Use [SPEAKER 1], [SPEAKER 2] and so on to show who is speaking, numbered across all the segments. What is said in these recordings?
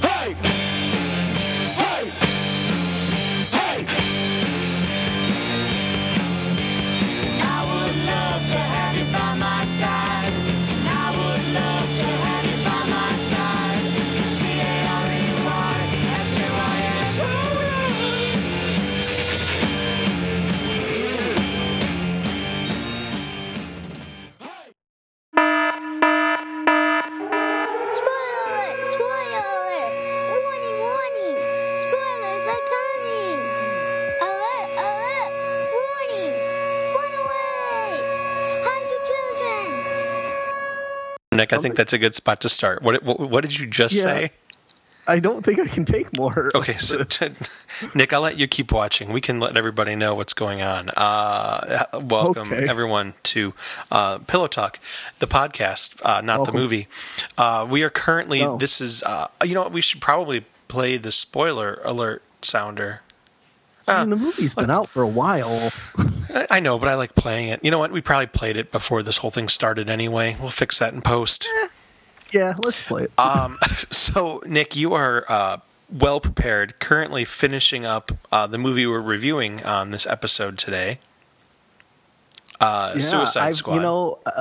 [SPEAKER 1] Hey! Hey! Hey! I would love to have you by my side. I would love to have you by my side. C-A-R-E-Y, S-U-I-S. Alright.
[SPEAKER 2] Spoiler alert! Spoiler alert! Warning, warning! Spoilers are coming! Alert, alert! Warning! Run away! Hide your children!
[SPEAKER 3] Nick, I think that's a good spot to start. What what, what did you just
[SPEAKER 4] Yeah.
[SPEAKER 3] say?
[SPEAKER 4] I don't think I can take more.
[SPEAKER 3] Okay, so Nick, I'll let you keep watching. We can let everybody know what's going on. Uh, welcome
[SPEAKER 4] Okay.
[SPEAKER 3] everyone to uh, Pillow Talk, the podcast, uh, not
[SPEAKER 4] Welcome.
[SPEAKER 3] the movie. Uh, we are currently.
[SPEAKER 4] No.
[SPEAKER 3] This is. Uh, you know, what? we should probably play the spoiler alert sounder.
[SPEAKER 4] I
[SPEAKER 3] uh,
[SPEAKER 4] mean, the movie's been out for a while.
[SPEAKER 3] I, I know, but I like playing it. You know what? We probably played it before this whole thing started anyway. We'll fix that in
[SPEAKER 4] Eh,
[SPEAKER 3] post.
[SPEAKER 4] Yeah, let's play it.
[SPEAKER 3] Um, so, Nick, you are uh, well prepared. Currently finishing up uh, the movie we're reviewing on this episode today. Uh,
[SPEAKER 4] Yeah,
[SPEAKER 3] Suicide
[SPEAKER 4] I've-
[SPEAKER 3] Squad.
[SPEAKER 4] You know, uh,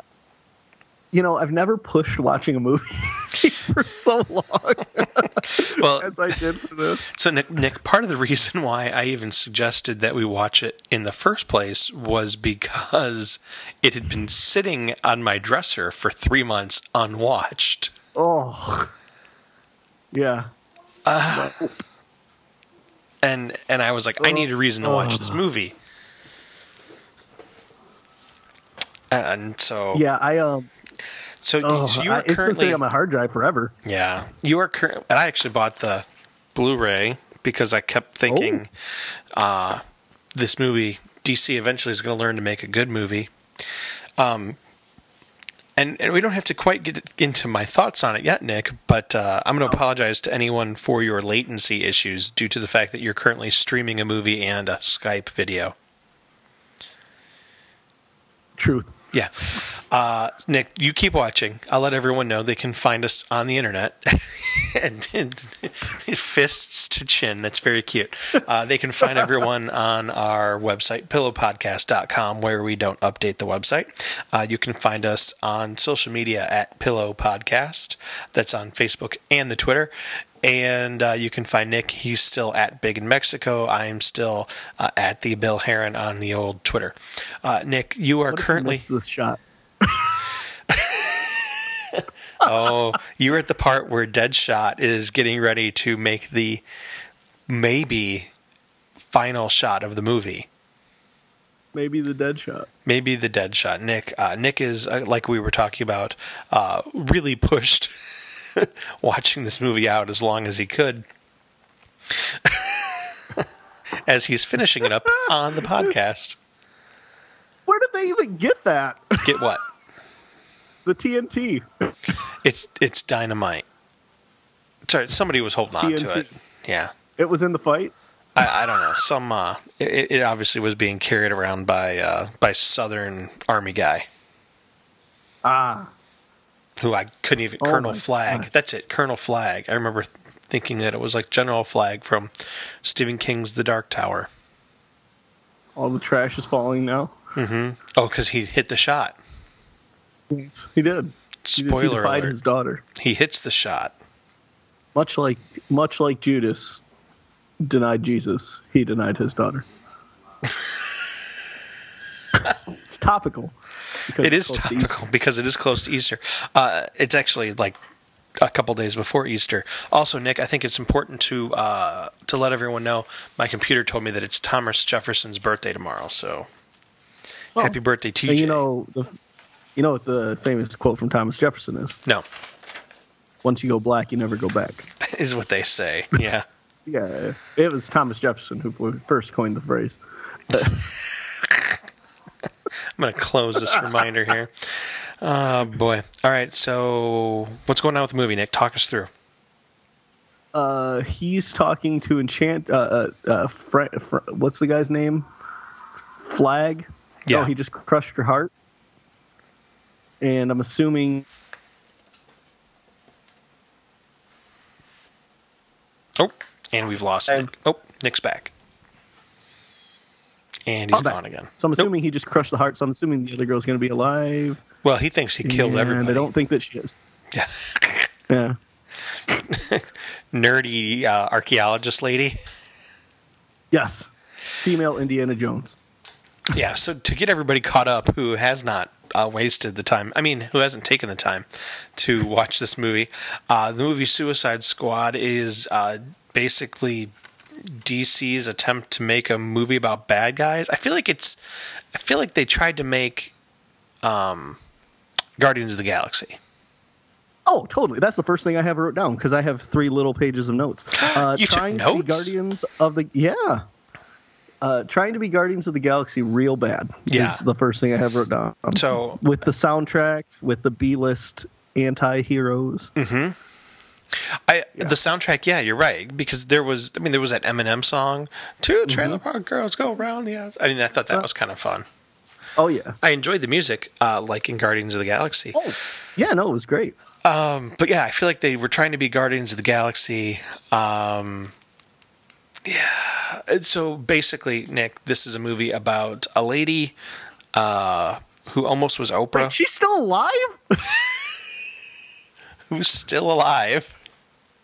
[SPEAKER 4] you know, I've never pushed watching a movie for so long
[SPEAKER 3] well,
[SPEAKER 4] as I did for this.
[SPEAKER 3] so Nick, Nick, part of the reason why I even suggested that we watch it in the first place was because it had been sitting on my dresser for three months unwatched.
[SPEAKER 4] Oh, yeah.
[SPEAKER 3] and and I was like, I need a reason to watch
[SPEAKER 4] Oh.
[SPEAKER 3] this movie. And so,
[SPEAKER 4] Yeah, I um,
[SPEAKER 3] so,
[SPEAKER 4] oh,
[SPEAKER 3] Oh. so you
[SPEAKER 4] I-
[SPEAKER 3] are
[SPEAKER 4] it's been
[SPEAKER 3] currently,
[SPEAKER 4] sitting on my hard drive forever.
[SPEAKER 3] yeah, you are current. And I actually bought the Blu-ray because I kept thinking,
[SPEAKER 4] Oh.
[SPEAKER 3] uh, this movie DC eventually is going to learn to make a good movie. Um, and and we don't have to quite get into my thoughts on it yet, Nick. But uh, I'm going to apologize to anyone for your latency issues due to the fact that you're currently streaming a movie and a Skype video.
[SPEAKER 4] Truth.
[SPEAKER 3] Yeah. Uh, Nick, you keep watching. I'll let everyone know they can find us on the internet. and, and fists to chin. That's very cute. Uh, they can find everyone on our website, pillowpodcast.com, where we don't update the website. Uh, you can find us on social media at Pillow Podcast. That's on Facebook and the Twitter. And uh, you can find Nick. He's still at Big in Mexico. I'm still uh, at the Bill Heron on the old Twitter. Uh, Nick, you are
[SPEAKER 4] What if I
[SPEAKER 3] currently.
[SPEAKER 4] missed this shot.
[SPEAKER 3] Oh, you were at the part where Deadshot is getting ready to make the maybe final shot of the movie.
[SPEAKER 4] Maybe the dead shot.
[SPEAKER 3] Maybe the dead shot. Nick, uh, Nick is uh, like we were talking about, uh, really pushed watching this movie out as long as he could, as he's finishing it up on the podcast.
[SPEAKER 4] Where did they even get that?
[SPEAKER 3] Get what?
[SPEAKER 4] the TNT.
[SPEAKER 3] It's it's dynamite. Sorry, somebody was holding on to
[SPEAKER 4] TNT.
[SPEAKER 3] it. Yeah.
[SPEAKER 4] It was in the fight.
[SPEAKER 3] I, I don't know. Some uh, it, it obviously was being carried around by uh, by Southern Army guy
[SPEAKER 4] Ah,
[SPEAKER 3] who I couldn't even
[SPEAKER 4] Oh
[SPEAKER 3] Colonel
[SPEAKER 4] my
[SPEAKER 3] Flag.
[SPEAKER 4] God.
[SPEAKER 3] That's it, Colonel Flag. I remember thinking that it was like General Flag from Stephen King's The Dark Tower.
[SPEAKER 4] all the trash is falling now.
[SPEAKER 3] Oh, because he hit the shot.
[SPEAKER 4] He did. he
[SPEAKER 3] Spoiler
[SPEAKER 4] defied
[SPEAKER 3] alert.
[SPEAKER 4] his daughter.
[SPEAKER 3] He hits the shot.
[SPEAKER 4] much like much like Judas denied Jesus, he denied his daughter. it's topical. because
[SPEAKER 3] It is
[SPEAKER 4] it's close to Easter.
[SPEAKER 3] topical because it is close to Easter. Uh, it's actually like a couple days before Easter. Also, Nick, I think it's important to uh, to let everyone know. My computer told me that it's Thomas Jefferson's birthday tomorrow. So,
[SPEAKER 4] Oh.
[SPEAKER 3] happy birthday, TJ!
[SPEAKER 4] And you know the, you know what the famous quote from Thomas Jefferson is:
[SPEAKER 3] no,
[SPEAKER 4] "Once you go black, you never go back."
[SPEAKER 3] is what they say. Yeah,
[SPEAKER 4] Yeah, it was Thomas Jefferson who first coined the phrase.
[SPEAKER 3] I'm going to close this reminder here. Oh boy. All right. So what's going on with the movie, Nick? Talk us through.
[SPEAKER 4] Uh, he's talking to enchant. Uh, uh, uh Fra- Fra- what's the guy's name? Flag.
[SPEAKER 3] Yeah.
[SPEAKER 4] Oh, he just crushed her heart. And I'm assuming
[SPEAKER 3] Oh, and we've lost
[SPEAKER 4] Hey.
[SPEAKER 3] Nick. Oh, Nick's back. And he's
[SPEAKER 4] I'm back.
[SPEAKER 3] gone again.
[SPEAKER 4] So I'm
[SPEAKER 3] Nope.
[SPEAKER 4] assuming he just crushed the heart. So I'm assuming the other girl's going to be alive.
[SPEAKER 3] Well, he thinks he killed
[SPEAKER 4] and
[SPEAKER 3] everybody.
[SPEAKER 4] I don't think that she is.
[SPEAKER 3] Yeah.
[SPEAKER 4] Yeah.
[SPEAKER 3] Nerdy uh, archaeologist lady.
[SPEAKER 4] Yes. Female Indiana Jones.
[SPEAKER 3] Yeah, so to get everybody caught up who has not uh, wasted the time, I mean, who hasn't taken the time to watch this movie, uh, the movie Suicide Squad is uh, basically DC's attempt to make a movie about bad guys. I feel like it's, I feel like they tried to make um, Guardians of the Galaxy.
[SPEAKER 4] Oh, totally. That's the first thing I have wrote down because I have three little pages of notes. Uh,
[SPEAKER 3] You took
[SPEAKER 4] trying to be
[SPEAKER 3] notes?
[SPEAKER 4] Guardians of the yeah. Uh, trying to be Guardians of the Galaxy real bad
[SPEAKER 3] Yeah.
[SPEAKER 4] is the first thing I have wrote down.
[SPEAKER 3] So-
[SPEAKER 4] with the soundtrack, with the B list anti heroes.
[SPEAKER 3] I the soundtrack, yeah, you're right because there was, I mean, there was that Eminem song, two Trailer Park Girls Go Round the Outside." I mean, I thought that was kind of fun.
[SPEAKER 4] Oh yeah.
[SPEAKER 3] I enjoyed the music, uh, like in Guardians of the Galaxy.
[SPEAKER 4] Oh yeah. No, it was great.
[SPEAKER 3] But yeah, I feel like they were trying to be Guardians of the Galaxy. Um, yeah. So basically, Nick, this is a movie about a lady uh, who almost was Oprah,
[SPEAKER 4] Wait, she's still alive.
[SPEAKER 3] who's still alive.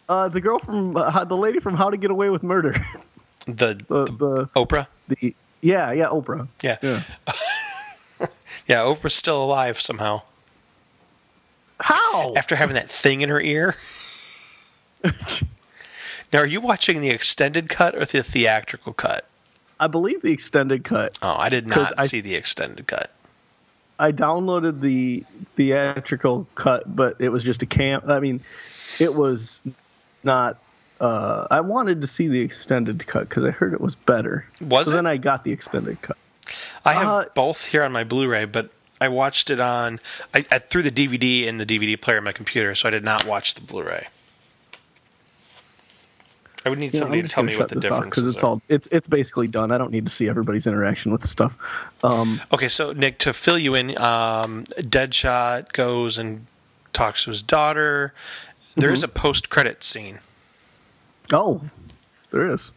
[SPEAKER 4] Uh, the girl from uh, how- the lady from How to Get Away with Murder.
[SPEAKER 3] The,
[SPEAKER 4] the,
[SPEAKER 3] the
[SPEAKER 4] the
[SPEAKER 3] Oprah.
[SPEAKER 4] the yeah oh, yeah Oprah.
[SPEAKER 3] Yeah. yeah.
[SPEAKER 4] Yeah.
[SPEAKER 3] Oprah's still alive somehow.
[SPEAKER 4] How?
[SPEAKER 3] After having that thing in her ear. now, are you watching the extended cut or the theatrical cut?
[SPEAKER 4] I believe the extended cut.
[SPEAKER 3] Oh, I did
[SPEAKER 4] 'Cause
[SPEAKER 3] not
[SPEAKER 4] I-
[SPEAKER 3] see the extended cut.
[SPEAKER 4] I downloaded the theatrical cut, but it was just a cam. I mean, it was not. Uh, I wanted to see the extended cut because I heard it was better.
[SPEAKER 3] Was
[SPEAKER 4] so
[SPEAKER 3] it?
[SPEAKER 4] Then I got the extended cut.
[SPEAKER 3] I have
[SPEAKER 4] Uh,
[SPEAKER 3] both here on my Blu-ray, but I watched it on I, I threw the DVD in the DVD player on my computer, so I did not watch the Blu-ray. I would need
[SPEAKER 4] Yeah,
[SPEAKER 3] somebody
[SPEAKER 4] I'm
[SPEAKER 3] to
[SPEAKER 4] just
[SPEAKER 3] tell
[SPEAKER 4] gonna
[SPEAKER 3] me what the
[SPEAKER 4] shut this off
[SPEAKER 3] difference is.
[SPEAKER 4] it's all it's it's basically done. I don't need to see everybody's interaction with the stuff. Um,
[SPEAKER 3] Okay, so Nick, to fill you in, um, Deadshot goes and talks to his daughter. There is
[SPEAKER 4] Mm-hmm.
[SPEAKER 3] a post-credit scene.
[SPEAKER 4] oh, there is.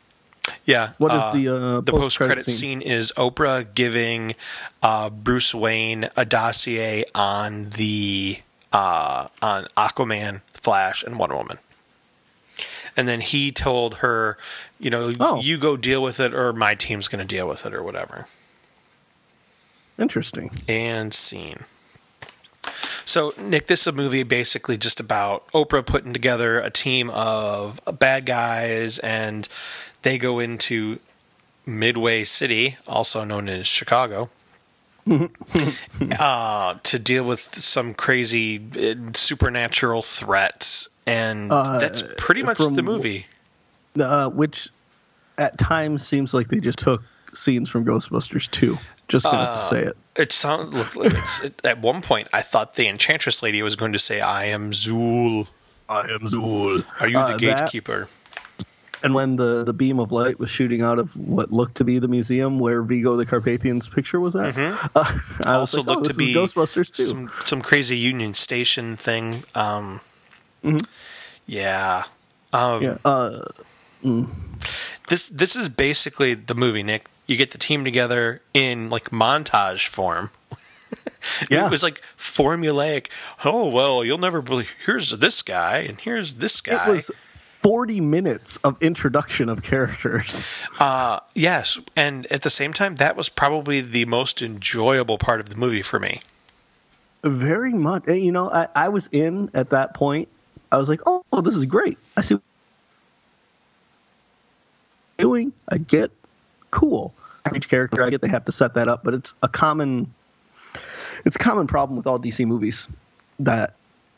[SPEAKER 3] Yeah.
[SPEAKER 4] What is
[SPEAKER 3] uh,
[SPEAKER 4] the, uh,
[SPEAKER 3] the post
[SPEAKER 4] post-credit
[SPEAKER 3] credit
[SPEAKER 4] scene?
[SPEAKER 3] scene? is Oprah giving uh, Bruce Wayne a dossier on the uh, on Aquaman, Flash, and Wonder Woman. And then he told her, you know,
[SPEAKER 4] Oh.
[SPEAKER 3] you go deal with it, or my team's going to deal with it, or whatever.
[SPEAKER 4] Interesting.
[SPEAKER 3] And scene. So, Nick, this is a movie basically just about Oprah putting together a team of bad guys, and they go into Midway City, also known as Chicago, uh, to deal with some crazy uh, supernatural threats. And
[SPEAKER 4] Uh,
[SPEAKER 3] that's pretty much
[SPEAKER 4] from-
[SPEAKER 3] the movie.
[SPEAKER 4] uh, which at times seems like they just took scenes from Ghostbusters 2. Just gonna
[SPEAKER 3] Uh,
[SPEAKER 4] have to say it.
[SPEAKER 3] It sounds. look, It's, it, at one point, I thought the Enchantress lady was going to say, "I am Zool.
[SPEAKER 4] I am Zool.
[SPEAKER 3] Are you the
[SPEAKER 4] Uh, that-
[SPEAKER 3] gatekeeper?"
[SPEAKER 4] And when the, the beam of light was shooting out of what looked to be the museum where Vigo the Carpathian's picture was at, uh, I was
[SPEAKER 3] Mm-hmm. also
[SPEAKER 4] like, oh,
[SPEAKER 3] looked
[SPEAKER 4] this
[SPEAKER 3] to be
[SPEAKER 4] is Ghostbusters 2.
[SPEAKER 3] some some crazy Union Station thing. Um,
[SPEAKER 4] Mm-hmm.
[SPEAKER 3] Yeah,
[SPEAKER 4] yeah. uh,
[SPEAKER 3] this this is basically the movie. Nick, you get the team together in like montage form.
[SPEAKER 4] yeah.
[SPEAKER 3] It was like formulaic. Oh well, you'll never believe. Here's this guy, and here's this guy.
[SPEAKER 4] it was 40 minutes of introduction of characters.
[SPEAKER 3] yes, and at the same time, that was probably the most enjoyable part of the movie for me.
[SPEAKER 4] Very much. eh, You know, I, I was in at that point. I was like, oh, this is great. I see what you're doing. I get cool. Each character I get, they have to set that up, but it's a common, it's a common problem with all DC movies that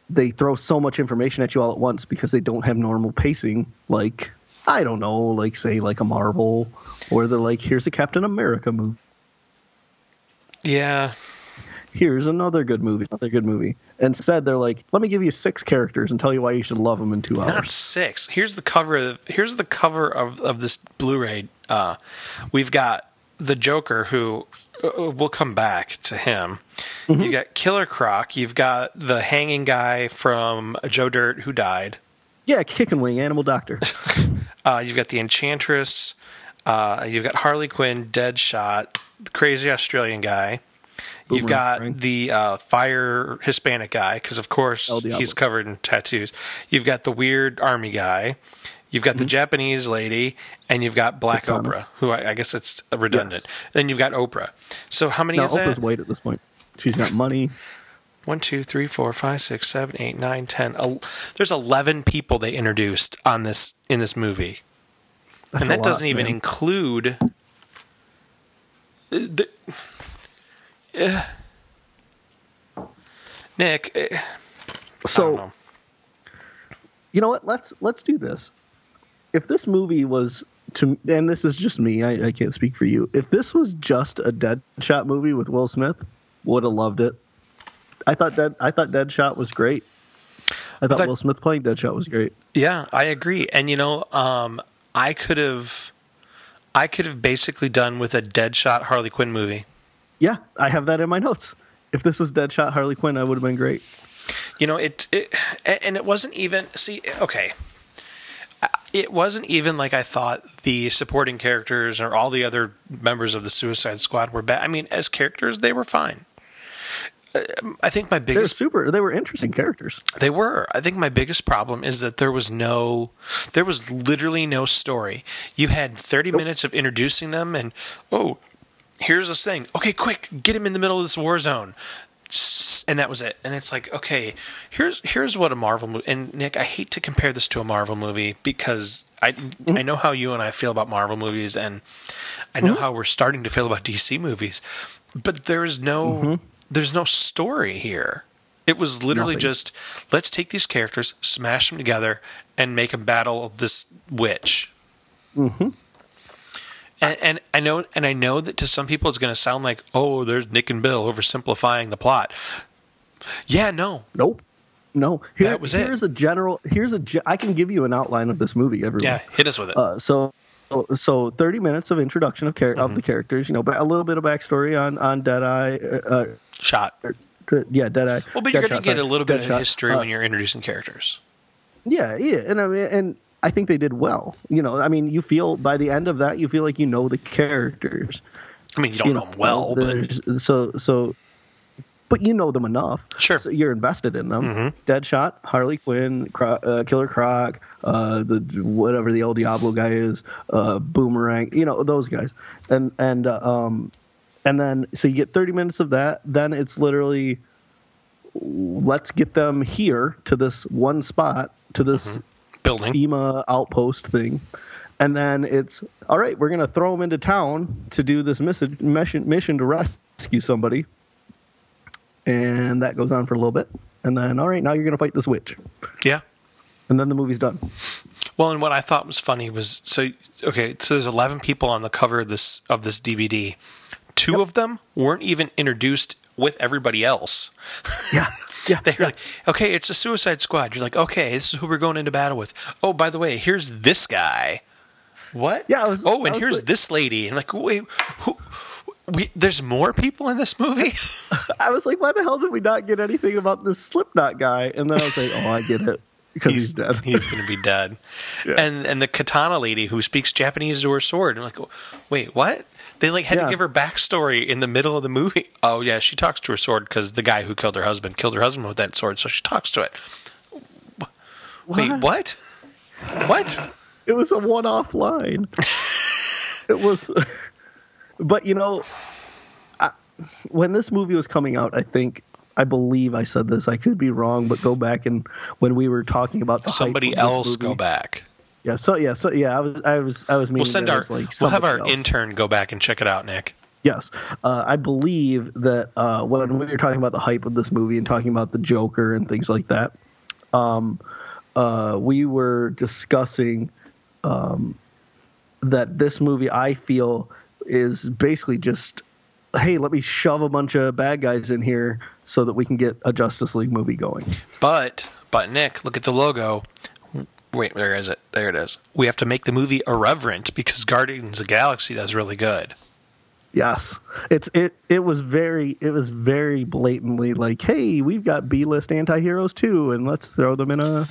[SPEAKER 4] they throw so much information at you all at once because they don't have normal pacing. Like I don't know, like say like a Marvel, or they're like, here's a Captain America movie
[SPEAKER 3] Yeah,
[SPEAKER 4] here's another good movie, another good movie. Instead, they're like, let me give you six characters and tell you why you should love them in two
[SPEAKER 3] Not
[SPEAKER 4] hours.
[SPEAKER 3] six. Here's the cover. Of, here's the cover of of this Blu-ray. Uh, we've got the Joker, who uh, we'll come back to him.
[SPEAKER 4] Mm-hmm.
[SPEAKER 3] You got Killer Croc. You've got the hanging guy from Joe Dirt who died.
[SPEAKER 4] Yeah, Kick and Wing, Animal Doctor.
[SPEAKER 3] Uh, you've got the Enchantress. Uh, you've got Harley Quinn, Deadshot, the crazy Australian guy. You've
[SPEAKER 4] Boomerang,
[SPEAKER 3] got
[SPEAKER 4] right?
[SPEAKER 3] the uh, fire Hispanic guy because, of course,
[SPEAKER 4] El Diablo.
[SPEAKER 3] he's covered in tattoos. You've got the weird army guy. You've got
[SPEAKER 4] Mm-hmm.
[SPEAKER 3] the Japanese lady, and you've got Black
[SPEAKER 4] Katana.
[SPEAKER 3] Oprah, who I, I guess it's redundant. Then you've got Oprah. So how many
[SPEAKER 4] now,
[SPEAKER 3] is
[SPEAKER 4] Oprah's
[SPEAKER 3] that?
[SPEAKER 4] white at this point. She's got money.
[SPEAKER 3] One, two, three, four, five, six, seven, eight, nine, ten. El- There's eleven people they introduced on this in this movie and
[SPEAKER 4] That's a
[SPEAKER 3] that
[SPEAKER 4] lot,
[SPEAKER 3] doesn't even
[SPEAKER 4] man.
[SPEAKER 3] include uh, the, Eh. Nick. eh, I
[SPEAKER 4] so.
[SPEAKER 3] don't know.
[SPEAKER 4] you know what let's let's do this if this movie was to and this is just me i, I can't speak for you if this was just a dead shot movie with will smith would have loved it i thought dead i thought deadshot was great i thought
[SPEAKER 3] That-
[SPEAKER 4] will smith playing deadshot was great
[SPEAKER 3] Yeah, I agree. And you know, um, I could have, I could have basically done with a Deadshot Harley Quinn movie.
[SPEAKER 4] yeah i have that in my notes if this was deadshot harley quinn i would have been great
[SPEAKER 3] you know it, it a- and it wasn't even see okay I- it wasn't even like i thought the supporting characters or all the other members of the suicide squad were bad i mean as characters they were fine Uh, i think my
[SPEAKER 4] they were
[SPEAKER 3] biggest
[SPEAKER 4] super they were interesting characters
[SPEAKER 3] they were i think my biggest problem is that there was no there was literally no story you had 30 minutes of introducing them and oh here's this thing okay quick get him in the middle of this war zone S- and that was it and it's like okay here's here's what a marvel movie and nick i hate to compare this to a marvel movie because i i know how you and i feel about marvel movies and i know how we're starting to feel about dc movies but there is no there's no story here it was literally
[SPEAKER 4] Nothing.
[SPEAKER 3] just let's take these characters smash them together and make them battle this witch and, and I know, and I know that to some people it's going to sound like, oh, there's Nick and Bill oversimplifying the plot. Yeah, no,
[SPEAKER 4] nope no Here-
[SPEAKER 3] That was it.
[SPEAKER 4] here's a general here's a ge- i can give you an outline of this movie everyone
[SPEAKER 3] yeah, hit us with it.
[SPEAKER 4] Uh, so so 30 minutes of introduction of char- of
[SPEAKER 3] Mm-hmm.
[SPEAKER 4] the characters you know but a little bit of backstory on on deadeye uh,
[SPEAKER 3] Shot.
[SPEAKER 4] uh, yeah deadeye
[SPEAKER 3] Well, but you're going
[SPEAKER 4] Deadshot,
[SPEAKER 3] to get
[SPEAKER 4] sorry,
[SPEAKER 3] a little bit of
[SPEAKER 4] Deadshot.
[SPEAKER 3] history
[SPEAKER 4] Uh,
[SPEAKER 3] when you're introducing characters.
[SPEAKER 4] yeah yeah and i mean and i think they did well you know i mean you feel by the end of that you feel like you know the characters
[SPEAKER 3] I mean, you don't
[SPEAKER 4] you
[SPEAKER 3] know them well, but
[SPEAKER 4] there's- so so but you know them enough
[SPEAKER 3] Sure. Mm-hmm.
[SPEAKER 4] so you're invested in them deadshot harley quinn Cro- uh, killer croc uh, the whatever the el diablo guy is uh, boomerang you know those guys and and uh, um and then so you get 30 minutes of that then it's literally let's get them here to this one spot to this
[SPEAKER 3] Mm-hmm. building.
[SPEAKER 4] FEMA outpost thing. And then it's all right. We're gonna throw them into town to do this mission mission, mission to rescue somebody, and that goes on for a little bit. And then all right, now you're gonna fight this witch,
[SPEAKER 3] Yeah.
[SPEAKER 4] and then the movie's done.
[SPEAKER 3] Well, and what I thought was funny was so okay. So there's 11 people on the cover of this of this DVD. Two of them weren't even introduced with everybody else.
[SPEAKER 4] Yeah, yeah.
[SPEAKER 3] They're like, okay, it's a Suicide Squad. You're like, okay, this is who we're going into battle with. Oh, by the way, here's this guy. What?
[SPEAKER 4] Yeah, I was-
[SPEAKER 3] oh, and
[SPEAKER 4] I was
[SPEAKER 3] here's
[SPEAKER 4] like-
[SPEAKER 3] this lady. And like, wait, who? We, there's more people in this movie.
[SPEAKER 4] I was like, why the hell did we not get anything about this Slipknot guy? And then I was like, oh, I get it because he's, dead.
[SPEAKER 3] he's gonna be dead. And and the katana lady who speaks Japanese to her sword. I'm like, wait, what? They like had to
[SPEAKER 4] Yeah.
[SPEAKER 3] give her backstory in the middle of the movie. Oh yeah, she talks to her sword because the guy who killed her husband killed her husband with that sword, so she talks to it. Wait, what? What?
[SPEAKER 4] It was a one-off line. it was, but you know, I, when this movie was coming out, I think I believe I said this. I could be wrong, but go back and when we were talking about the hype of
[SPEAKER 3] somebody
[SPEAKER 4] this
[SPEAKER 3] else
[SPEAKER 4] movie-
[SPEAKER 3] go back.
[SPEAKER 4] Yeah, so yeah, so yeah, I was, I was, I was.
[SPEAKER 3] We'll send our
[SPEAKER 4] like
[SPEAKER 3] we'll have our
[SPEAKER 4] somebody else.
[SPEAKER 3] intern go back and check it out, Nick.
[SPEAKER 4] Yes, uh, I believe that uh, when we were talking about the hype of this movie and talking about the Joker and things like that, um, uh, we were discussing um, that this movie I feel is basically just hey, let me shove a bunch of bad guys in here so that we can get a Justice League movie going.
[SPEAKER 3] But but Nick, look at the logo. Wait, where is it? There it is. We have to make the movie irreverent because Guardians of the Galaxy does really good.
[SPEAKER 4] Yes, it's it. It was very it was very blatantly like, hey, we've got B list anti heroes too, and let's throw them in a.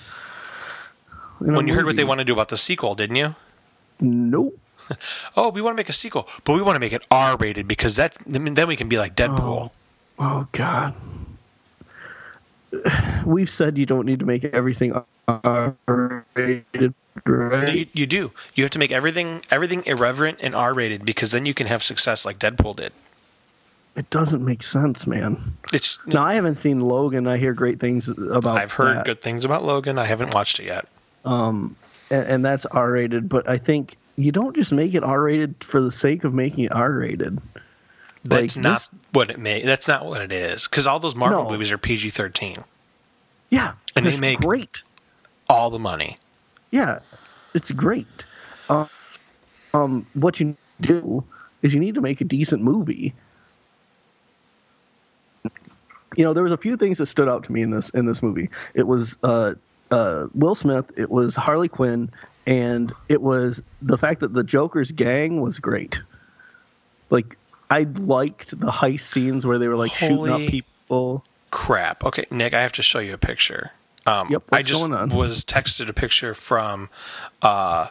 [SPEAKER 4] in a
[SPEAKER 3] When you heard what
[SPEAKER 4] movie."
[SPEAKER 3] they want to do about the sequel, didn't you?
[SPEAKER 4] nope.
[SPEAKER 3] Oh, we want to make a sequel, but we want to make it R rated because that's I mean, then we can be like Deadpool.
[SPEAKER 4] Oh God. We've said you don't need to make everything R-rated,
[SPEAKER 3] No,
[SPEAKER 4] right?
[SPEAKER 3] You, you do. You have to make everything everything irreverent and R rated because then you can have success like Deadpool did.
[SPEAKER 4] It doesn't make sense, man.
[SPEAKER 3] It's
[SPEAKER 4] Now I haven't seen Logan. I hear great things about.
[SPEAKER 3] I've heard
[SPEAKER 4] that.
[SPEAKER 3] good things about Logan. I haven't watched it yet.
[SPEAKER 4] and, and that's R rated. But I think you don't just make it R rated for the sake of making it R rated.
[SPEAKER 3] That's
[SPEAKER 4] Like,
[SPEAKER 3] not
[SPEAKER 4] this-
[SPEAKER 3] what it may. That's not what it is because all those Marvel
[SPEAKER 4] No.
[SPEAKER 3] movies are PG thirteen.
[SPEAKER 4] Yeah,
[SPEAKER 3] And they
[SPEAKER 4] it's
[SPEAKER 3] make-
[SPEAKER 4] great.
[SPEAKER 3] All the money.
[SPEAKER 4] Yeah, it's great. Um, um, what you do is you need to make a decent movie. You know, there was a few things that stood out to me in this in this movie. It was uh, uh, Will Smith, it was Harley Quinn, and it was the fact that the Joker's gang was great. Like, I liked the heist scenes where they were like shooting up
[SPEAKER 3] Holy-
[SPEAKER 4] people.
[SPEAKER 3] crap. Okay, Nick, I have to show you a picture. Um,
[SPEAKER 4] Yep,
[SPEAKER 3] I
[SPEAKER 4] what's
[SPEAKER 3] just
[SPEAKER 4] going on?
[SPEAKER 3] was texted a picture from uh,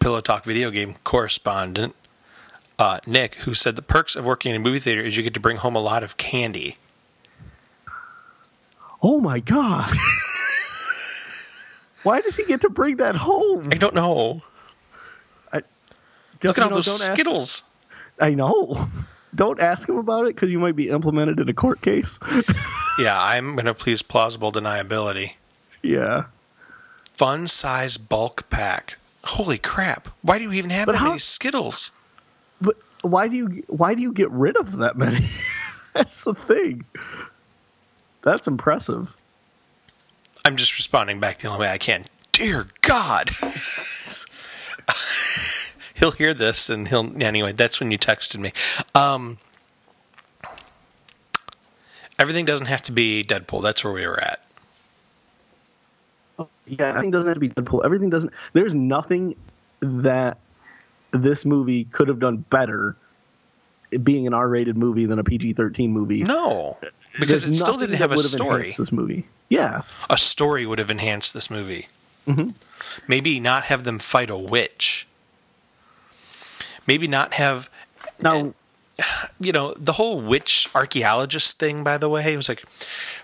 [SPEAKER 3] Pillow Talk video game correspondent uh, Nick, who said the perks of working in a movie theater is you get to bring home a lot of candy.
[SPEAKER 4] Oh my god! Why did he get to bring that home?
[SPEAKER 3] I don't know. Look at
[SPEAKER 4] You
[SPEAKER 3] all
[SPEAKER 4] know,
[SPEAKER 3] those
[SPEAKER 4] don't ask-
[SPEAKER 3] Skittles.
[SPEAKER 4] I know. Don't ask him about it because you might be implemented in a court case.
[SPEAKER 3] Yeah, I'm going to please plausible deniability.
[SPEAKER 4] yeah.
[SPEAKER 3] Fun size bulk pack. Holy crap. Why do you even have
[SPEAKER 4] But
[SPEAKER 3] that
[SPEAKER 4] how-
[SPEAKER 3] many Skittles?
[SPEAKER 4] But why do you why do you get rid of that many? That's the thing. That's impressive.
[SPEAKER 3] I'm just responding back the only way I can. Dear God. he'll hear this and he'll anyway, that's when you texted me. Um Everything doesn't have to be Deadpool. That's where we were at.
[SPEAKER 4] Yeah, everything doesn't have to be Deadpool. Everything doesn't. There's nothing that this movie could have done better, it being an R-rated movie than a PG-13 movie.
[SPEAKER 3] No. Because
[SPEAKER 4] There's
[SPEAKER 3] it still
[SPEAKER 4] nothing
[SPEAKER 3] didn't
[SPEAKER 4] that
[SPEAKER 3] have a
[SPEAKER 4] would
[SPEAKER 3] story.
[SPEAKER 4] enhanced This movie. Yeah.
[SPEAKER 3] A story would have enhanced this movie.
[SPEAKER 4] Mm-hmm.
[SPEAKER 3] Maybe not have them fight a witch. Maybe not have
[SPEAKER 4] Now,
[SPEAKER 3] you know, the whole witch archaeologist thing, by the way, it was like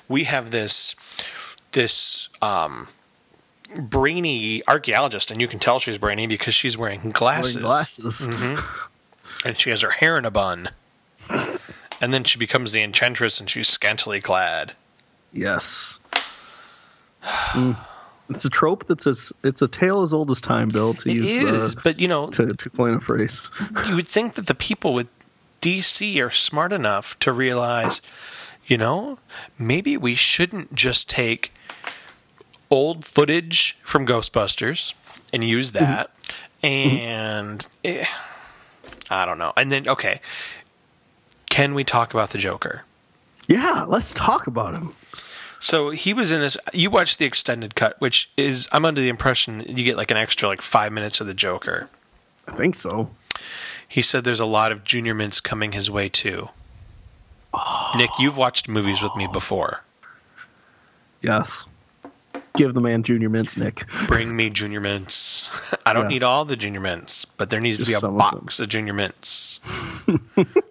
[SPEAKER 3] we have this this um brainy archaeologist, and you can tell she's brainy because she's wearing glasses,
[SPEAKER 4] wearing glasses.
[SPEAKER 3] Mm-hmm. and she has her hair in a bun. and then she becomes the enchantress and she's scantily clad.
[SPEAKER 4] Yes. Mm. It's a trope that's as it's a tale as old as time, Bill, to
[SPEAKER 3] It
[SPEAKER 4] use the-
[SPEAKER 3] is, but you know,
[SPEAKER 4] to, to coin a phrase.
[SPEAKER 3] you would think that the people with DC are smart enough to realize, you know, maybe we shouldn't just take old footage from Ghostbusters and use that. And eh, I don't know. And then, okay, can we talk about the Joker?
[SPEAKER 4] Yeah, let's talk about him.
[SPEAKER 3] So he was in this. You watched the extended cut, which is I'm under the impression you get like an extra like five minutes of the Joker.
[SPEAKER 4] I think so.
[SPEAKER 3] He said there's a lot of junior mints coming his way too. Nick, you've watched movies with me before.
[SPEAKER 4] Yes. Give the man junior mints, Nick.
[SPEAKER 3] Bring me junior mints. I don't
[SPEAKER 4] Yeah.
[SPEAKER 3] need all the junior mints, but there needs
[SPEAKER 4] Just
[SPEAKER 3] to be a
[SPEAKER 4] some of
[SPEAKER 3] box of junior mints.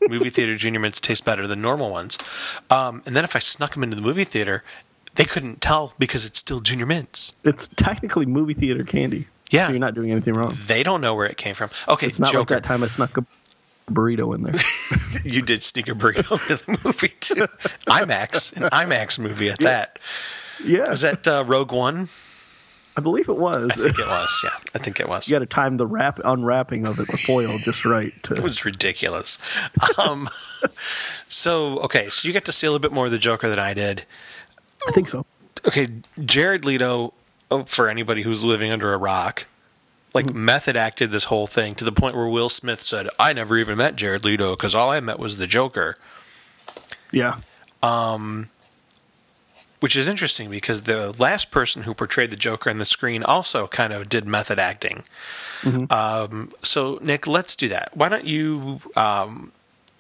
[SPEAKER 3] movie theater junior mints taste better than normal ones. Um, and then if I snuck them into the movie theater, they couldn't tell because it's still junior mints.
[SPEAKER 4] It's technically movie theater candy.
[SPEAKER 3] Yeah.
[SPEAKER 4] So you're not doing anything wrong.
[SPEAKER 3] They don't know where it came from. Okay,
[SPEAKER 4] It's not
[SPEAKER 3] Joker,
[SPEAKER 4] like that time I snuck a burrito in there.
[SPEAKER 3] you did sneak a burrito into the movie too. IMAX, an IMAX movie at that.
[SPEAKER 4] yeah.
[SPEAKER 3] Was that uh, Rogue One?
[SPEAKER 4] I believe it was.
[SPEAKER 3] I think it was. Yeah, I think it was.
[SPEAKER 4] you got to time the wrap unwrapping of it, the foil, just right.
[SPEAKER 3] It
[SPEAKER 4] To,
[SPEAKER 3] was ridiculous. Um, so okay, so you get to see a little bit more of the Joker than I did.
[SPEAKER 4] I think so.
[SPEAKER 3] Okay, Jared Leto. Oh, for anybody who's living under a rock, like method acted this whole thing to the point where Will Smith said, "I never even met Jared Leto because all I met was the Joker,"
[SPEAKER 4] Yeah.
[SPEAKER 3] which is interesting because the last person who portrayed the Joker on the screen also kind of did method acting. Um, so Nick, let's do that. Why don't you um,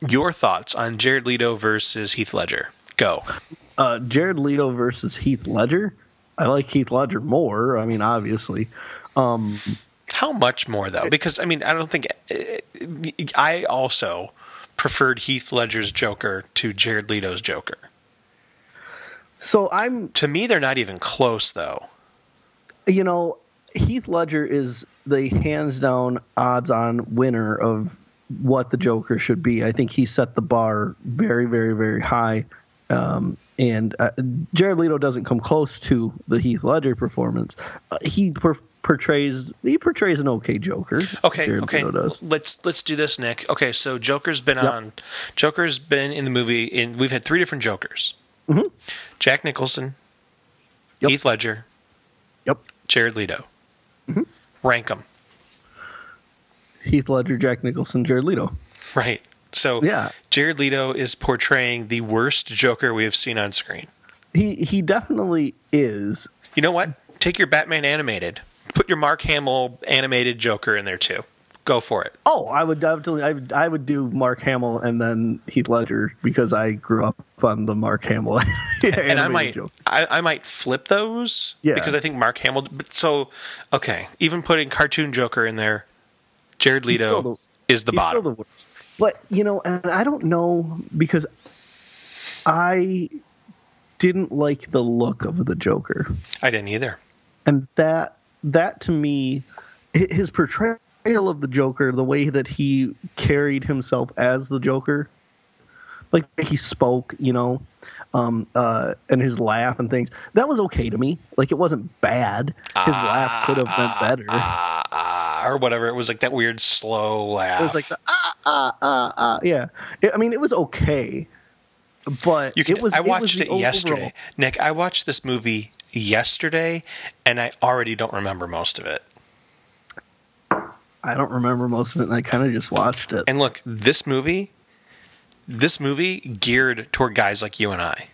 [SPEAKER 3] your thoughts on Jared Leto versus Heath Ledger? Go.
[SPEAKER 4] Uh, Jared Leto versus Heath Ledger. I like Heath Ledger more. I mean, obviously.
[SPEAKER 3] How much more though? Because I mean, I don't think uh, I also preferred Heath Ledger's Joker to Jared Leto's Joker.
[SPEAKER 4] So I'm,
[SPEAKER 3] To me, they're not even close though.
[SPEAKER 4] you know, Heath Ledger is the hands down odds on winner of what the Joker should be. I think he set the bar very, very, very high. Um, and uh, Jared Leto doesn't come close to the Heath Ledger performance. Uh, he per- portrays he portrays an okay Joker.
[SPEAKER 3] Okay,
[SPEAKER 4] Jared
[SPEAKER 3] okay.
[SPEAKER 4] Leto does.
[SPEAKER 3] Let's let's do this, Nick. Okay, so Joker's been on. Joker's been in the movie. In we've had three different Jokers. Jack Nicholson,
[SPEAKER 4] Mm-hmm. Yep.
[SPEAKER 3] Heath Ledger,
[SPEAKER 4] Yep.
[SPEAKER 3] Jared Leto.
[SPEAKER 4] Mm-hmm.
[SPEAKER 3] Rank them
[SPEAKER 4] Heath Ledger, Jack Nicholson, Jared Leto.
[SPEAKER 3] right. So
[SPEAKER 4] Yeah.
[SPEAKER 3] Jared Leto is portraying the worst Joker we have seen on screen.
[SPEAKER 4] He he definitely is.
[SPEAKER 3] You know what? Take your Batman animated. Put your Mark Hamill animated Joker in there too. Go for it.
[SPEAKER 4] Oh, I would definitely. I would, I would do Mark Hamill and then Heath Ledger because I grew up on the Mark Hamill.
[SPEAKER 3] and I might, I, I might flip those
[SPEAKER 4] Yeah.
[SPEAKER 3] because I think Mark Hamill. But so, okay, even putting cartoon Joker in there, Jared
[SPEAKER 4] He's
[SPEAKER 3] Leto
[SPEAKER 4] still
[SPEAKER 3] is the
[SPEAKER 4] he's
[SPEAKER 3] bottom.
[SPEAKER 4] Still the worst. But you know, and I don't know because I didn't like the look of the Joker,
[SPEAKER 3] I didn't either.
[SPEAKER 4] and that that to me, hi- his portrayal of the Joker, the way that he carried himself as the Joker, like he spoke, you know, um, uh, and his laugh and things, that was okay to me. Like it wasn't bad. His laugh could have been better.
[SPEAKER 3] Ah, or whatever. It was like that weird slow laugh.
[SPEAKER 4] It was like the, ah ah ah ah. Yeah, It- I mean, it was okay, but
[SPEAKER 3] you can,
[SPEAKER 4] it was.
[SPEAKER 3] I
[SPEAKER 4] was
[SPEAKER 3] watched
[SPEAKER 4] the
[SPEAKER 3] it, yesterday,
[SPEAKER 4] overall-
[SPEAKER 3] Nick. I watched this movie yesterday, and I already don't remember most of it.
[SPEAKER 4] I don't remember most of it, and I kind of just watched it.
[SPEAKER 3] And look, this movie, this movie geared toward guys like you and I.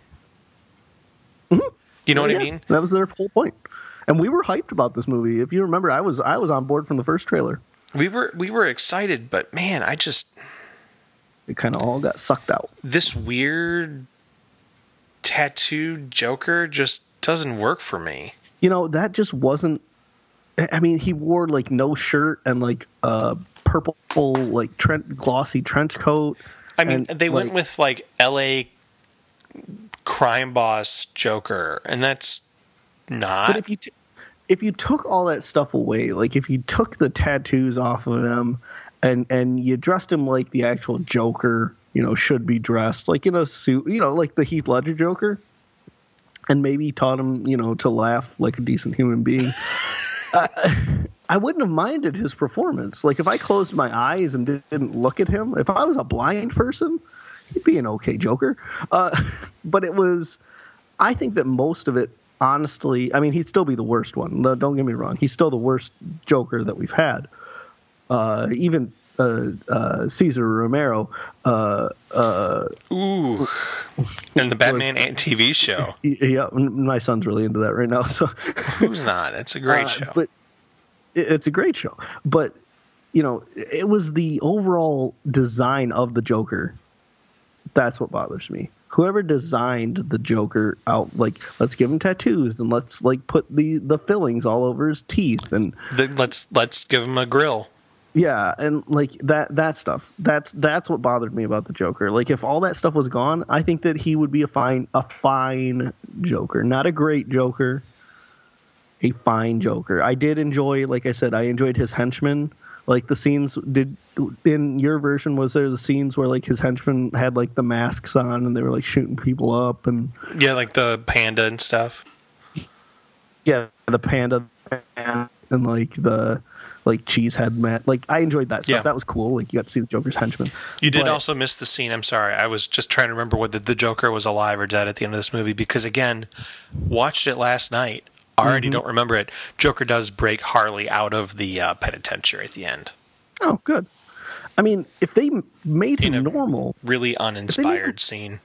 [SPEAKER 3] You know what
[SPEAKER 4] Mm-hmm. Yeah,
[SPEAKER 3] I mean?
[SPEAKER 4] That was their whole point. And we were hyped about this movie. If you remember, I was I was on board from the first trailer.
[SPEAKER 3] we were we were excited, but man, I just
[SPEAKER 4] It kind of all got sucked out.
[SPEAKER 3] this weird tattooed Joker just doesn't work for me.
[SPEAKER 4] You know, that just wasn't. I I mean, he wore like no shirt and like a purple like trent glossy trench coat.
[SPEAKER 3] I mean,
[SPEAKER 4] and,
[SPEAKER 3] they went
[SPEAKER 4] like,
[SPEAKER 3] with like L.A. crime boss Joker, and that's
[SPEAKER 4] But
[SPEAKER 3] not.
[SPEAKER 4] if you t- if you took all that stuff away, like if you took the tattoos off of him, and and you dressed him like the actual Joker, you know, should be dressed like in a suit, you know, like the Heath Ledger Joker, and maybe taught him, you know, to laugh like a decent human being. uh, I wouldn't have minded his performance. Like if I closed my eyes and di- didn't look at him, if I was a blind person, he'd be an okay Joker. Uh, but it was. I think that most of it, honestly, I mean, he'd still be the worst one. No, don't get me wrong. He's still the worst Joker that we've had. Uh, even uh, uh, Caesar Romero, uh,
[SPEAKER 3] Ooh, and the Batman and TV show.
[SPEAKER 4] y- yeah, m- my son's really into that right now. So
[SPEAKER 3] Who's not? It's a great
[SPEAKER 4] Uh,
[SPEAKER 3] show.
[SPEAKER 4] But it- it's a great show. But you know, it was the overall design of the Joker. That's what bothers me. Whoever designed the Joker out, like let's give him tattoos and let's like put the the fillings all over his teeth and
[SPEAKER 3] The- let's let's give him a grill.
[SPEAKER 4] yeah and like that that stuff. That's that's what bothered me about the Joker. Like if all that stuff was gone, I think that he would be a fine a fine Joker, not a great Joker a fine Joker. I did enjoy, like I said, I enjoyed his henchmen. Like the scenes did in your version, was there the scenes where like his henchmen had like the masks on and they were like shooting people up and
[SPEAKER 3] Yeah, like the panda and stuff.
[SPEAKER 4] yeah, the panda and like the like cheesehead mat. Like I enjoyed that stuff.
[SPEAKER 3] Yeah.
[SPEAKER 4] That was cool. Like you got to see the Joker's henchmen.
[SPEAKER 3] You did
[SPEAKER 4] But-
[SPEAKER 3] also miss the scene. I'm sorry. I was just trying to remember whether the Joker was alive or dead at the end of this movie because, again, watched it last night. already
[SPEAKER 4] Mm-hmm.
[SPEAKER 3] don't remember it, Joker does break Harley out of the uh, penitentiary at the end.
[SPEAKER 4] Oh, good. I mean, if they m- made
[SPEAKER 3] In
[SPEAKER 4] him
[SPEAKER 3] a-
[SPEAKER 4] normal,
[SPEAKER 3] Really uninspired scene.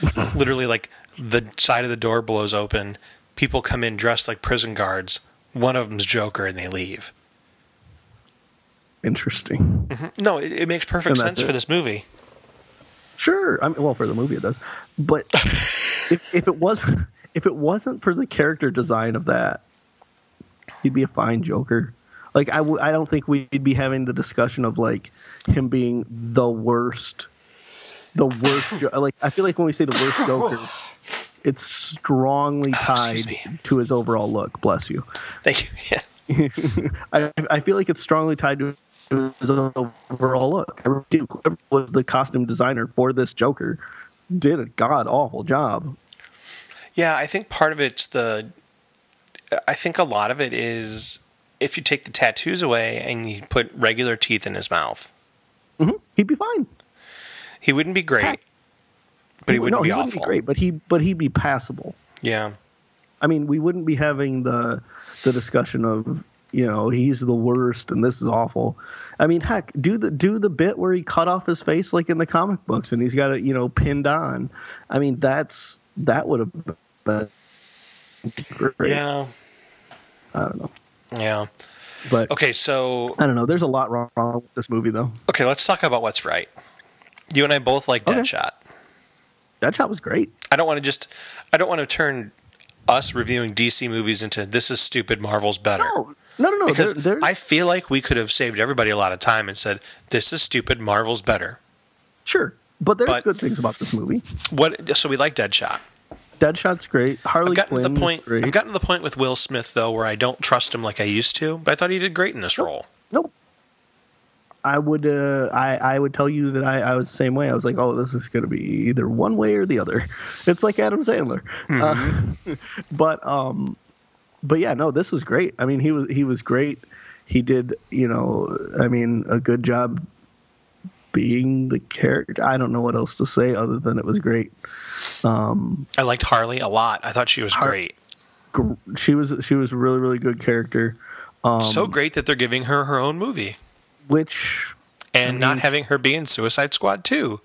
[SPEAKER 3] Literally, like the side of the door blows open. People come in dressed like prison guards. One of them's Joker, and they leave.
[SPEAKER 4] interesting.
[SPEAKER 3] No, it, it makes perfect
[SPEAKER 4] And that's
[SPEAKER 3] sense for
[SPEAKER 4] it.
[SPEAKER 3] this movie.
[SPEAKER 4] Sure. I mean, well, for the movie it does, but if, if it was if it wasn't for the character design of that, he'd be a fine Joker. Like I, w- I don't think we'd be having the discussion of like him being the worst, the worst. Jo- like I feel like when we say the worst Joker, it's strongly tied
[SPEAKER 3] Oh, Excuse me.
[SPEAKER 4] to his overall look. Bless you.
[SPEAKER 3] Thank you. Yeah.
[SPEAKER 4] I, I feel like it's strongly tied to his overall look. I really do. Whoever was the costume designer for this Joker did a god awful job.
[SPEAKER 3] Yeah, I think part of it's the. I think a lot of it is if you take the tattoos away and you put regular teeth in his mouth, Mm-hmm.
[SPEAKER 4] He'd be fine.
[SPEAKER 3] he wouldn't be great, but he wouldn't
[SPEAKER 4] no,
[SPEAKER 3] be
[SPEAKER 4] he
[SPEAKER 3] awful.
[SPEAKER 4] wouldn't be great, but he but he'd be passable.
[SPEAKER 3] Yeah,
[SPEAKER 4] I mean, we wouldn't be having the the discussion of you know he's the worst and this is awful. I mean, heck, do the do the bit where he cut off his face like in the comic books and he's got it you know pinned on. I mean, that's that would have been great.
[SPEAKER 3] yeah,
[SPEAKER 4] I don't know,
[SPEAKER 3] yeah.
[SPEAKER 4] but
[SPEAKER 3] Okay, so
[SPEAKER 4] I don't know. There's a lot wrong, wrong with this movie though.
[SPEAKER 3] okay, let's talk about what's right. You and I both like
[SPEAKER 4] Okay.
[SPEAKER 3] Deadshot.
[SPEAKER 4] That shot was great.
[SPEAKER 3] I don't want to just. I don't want to turn us reviewing DC movies into this is stupid. Marvel's better.
[SPEAKER 4] No, no, no, no.
[SPEAKER 3] because
[SPEAKER 4] there, there's-
[SPEAKER 3] I feel like we could have saved everybody a lot of time and said this is stupid. Marvel's better.
[SPEAKER 4] sure, but there's
[SPEAKER 3] but-
[SPEAKER 4] good things about this movie.
[SPEAKER 3] What? So we like Deadshot.
[SPEAKER 4] Deadshot's great. Harley
[SPEAKER 3] I've gotten
[SPEAKER 4] Quinn.
[SPEAKER 3] to the
[SPEAKER 4] is
[SPEAKER 3] point.
[SPEAKER 4] Great.
[SPEAKER 3] I've gotten to the point with Will Smith though, where I don't trust him like I used to. But I thought he did great in this role.
[SPEAKER 4] Nope. I would uh, I I would tell you that I, I was the same way. I was like, oh, this is going to be either one way or the other. It's like Adam Sandler, uh,
[SPEAKER 3] Mm-hmm.
[SPEAKER 4] but um, but yeah, no, this was great. I mean, he was he was great. He did you know I mean a good job being the character. I don't know what else to say other than it was great.
[SPEAKER 3] I liked Harley a lot. I thought she was
[SPEAKER 4] Har-
[SPEAKER 3] great.
[SPEAKER 4] Gr- She was she was a really really good character,
[SPEAKER 3] so
[SPEAKER 4] um,
[SPEAKER 3] great that they're giving her her own movie
[SPEAKER 4] which
[SPEAKER 3] and not having her be in Suicide Squad 2,